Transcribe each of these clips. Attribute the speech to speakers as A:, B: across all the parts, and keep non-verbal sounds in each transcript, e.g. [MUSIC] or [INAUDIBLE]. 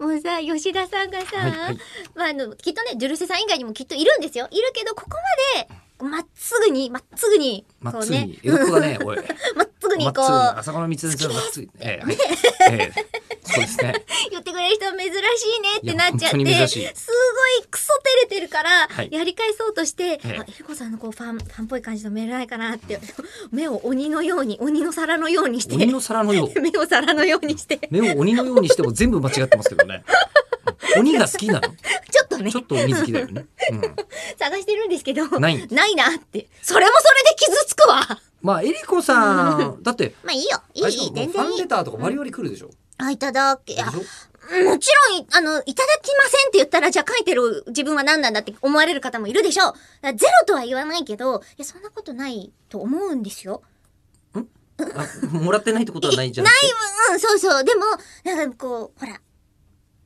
A: もうさ吉田さんがさ、
B: はいはい
A: まあ、あのきっとねジュルセさん以外にもきっといるんですよいるけどここまでまっすぐにまっすぐに
B: ま
A: こ
B: っ
A: う
B: ついに
A: ね、
B: 江戸っ子だ
A: [LAUGHS]
B: ね、おい。
A: まっすぐに
B: ま
A: こ
B: っ
A: う
B: ついに、あそこの道先生のまっついに。ええ、はい。ええ、そうです
A: [LAUGHS]
B: ね。
A: 言ってくれる人は珍しいねってなっちゃっ
B: いや本当に珍
A: て
B: しい
A: すごいクソ照れてるから、
B: はい
A: やり返そうとして、
B: ええ
A: あえりこさんのこうファンファンっぽい感じのメールないかなって目を鬼のように鬼の皿のようにして
B: 鬼の皿のよ
A: [LAUGHS]
B: う。
A: 目を皿のようにして
B: 目を鬼のようにしても全部間違ってますけどね。鬼が好きなの
A: ちょっとね
B: ちょっと鬼好きだよね。うん。
A: 探してるんですけど
B: ない
A: なってそれもそれで傷つくわ
B: まあ、えりこさん、だって、
A: まあいいよいい
B: あれでしょ
A: 全然い
B: ファン
A: い
B: レターとかバリバリ来るでしょ
A: あいただけ
B: でし
A: あ
B: ょ
A: もちろんいあのいただきませんって言ったらじゃあ書いてる自分は何なんだって思われる方もいるでしょうだからゼロとは言わないけどいやそんなことないと思うんですよ
B: あもらってないってことはないじゃん。ない
A: うんそうそうでもなんかこうほら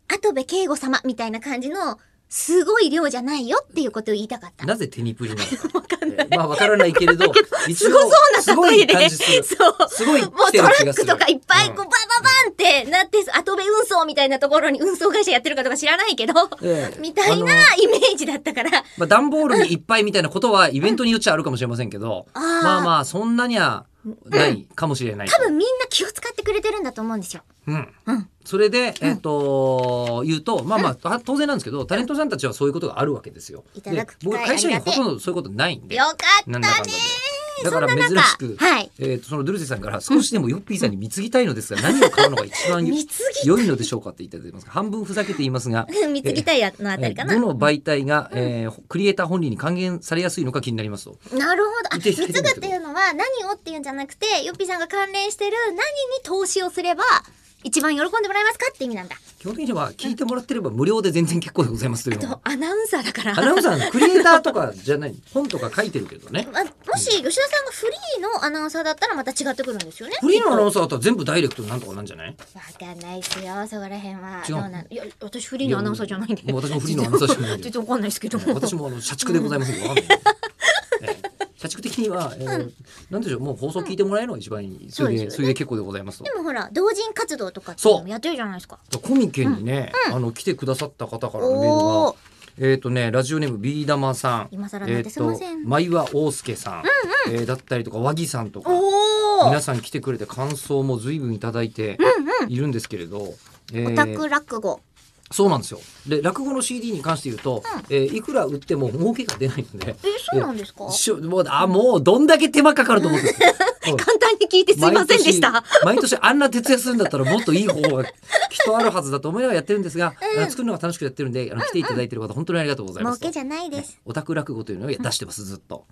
A: 跡部敬吾様みたいな感じのすごい量じゃないよっていうことを言いたかった
B: なぜ手にプリなの
A: [LAUGHS]
B: か。まあ、わからないけれど、一
A: すごそうな
B: すご
A: 例え
B: い
A: で
B: 感
A: [LAUGHS]
B: じする。
A: そう
B: すごい
A: も
B: 来
A: う
B: て
A: ト
B: る
A: ラ
B: 気が
A: ッ
B: す
A: ク
B: る
A: とかいっぱいこう
B: うん
A: バババンってなって後部運送みたいなところに運送会社やってるかとか知らないけど
B: ええ
A: みたいな
B: あの
A: イメージだったから
B: まあ、段ボールにいっぱいみたいなことはイベントによっちゃあるかもしれませんけど、
A: あー
B: まあまあそんなにはないかもしれないと
A: 多分みんな気を使ってくれてるんだと思うんですよ。
B: うん
A: うん
B: それで、えっと言うとまあまあ当然なんですけどタレントさんたちはそういうことがあるわけですよ。
A: いただく
B: で
A: 機会
B: 僕会社員
A: あり
B: ほ
A: がてえ
B: とんどそういうことないんで
A: よかった
B: な
A: ね
B: んだかんだで。だから
A: そん
B: 珍
A: な中
B: しく、
A: はい [LAUGHS]
B: えーとそのドゥルセさんから少しでもヨッピーさんに貢ぎたいのですが何を買うのが一番
A: 貢ぎた
B: 良いのでしょうかって言っていただいてますが半分ふざけています
A: [LAUGHS]
B: が
A: 三つぎたいやのあたりかな。
B: えーどの媒体が、えークリエイター本人に還元されやすいのか気になりますと。
A: なるほど。あ、
B: 見
A: 貢ぐ
B: ていただいてる
A: って
B: んですけど
A: いうのは何をっていうんじゃなくて、よっぴさんが関連してる何に投資をすれば一番喜んでもらえますかって意味なんだ。
B: 基本的には聞いてもらってれば無料で全然結構でございますというのは
A: とアナウンサーだから。
B: アナウンサーのクリエイターとかじゃない本とか書いてるけどね
A: [LAUGHS] まもし吉田さんがフリーのアナウンサーだったらまた違ってくるんですよね。
B: フリーのアナウンサーだったら全部ダイレクトなんとかなんじゃ
A: [LAUGHS]
B: ない
A: わかんないっすよ、そこら辺は。
B: 違う
A: どうなのいや、私フリーのアナウンサーじゃないんで。
B: もう私もフリーのアナウンサーじゃないん
A: [LAUGHS]
B: で
A: 全然わかんないですけど。
B: 私もあの社畜でございますよわかんないええ社畜的には、えーなんでしょうもう放送聞いてもらえるのが一番いいそれ
A: そう
B: で
A: ですよね
B: それで結構でございますと
A: でもほら、同人活動とかっていうのもやってるじゃないですか。
B: コミケにね、あの来てくださった方からのメ
A: お
B: ー
A: ー
B: ルがえっ、とねラジオネームビー玉さん
A: 今更なんてすいません
B: えーと舞和大介さん、えーだったりとか和木さんとか
A: お
B: 皆さん来てくれて感想も随分いただいているんですけれど、えー
A: オタク落語。
B: そうなんですよで落語の CD に関して言うと、えーいくら売っても儲けが出ないので
A: え、そうなんですか
B: 一緒もうあもうどんだけ手間かかると
A: [LAUGHS]
B: 思って
A: 簡単に聞いてすいませんでした。
B: 毎年毎年あんな徹夜するんだったらもっといい方法がきっとあるはずだと思いながらやってるんですが、あの作るのが楽しくやってるんであの来ていただいてる方本当にありがとうござい
A: 儲
B: ますと
A: けじゃないです。
B: オタク落語というのを出してますずっと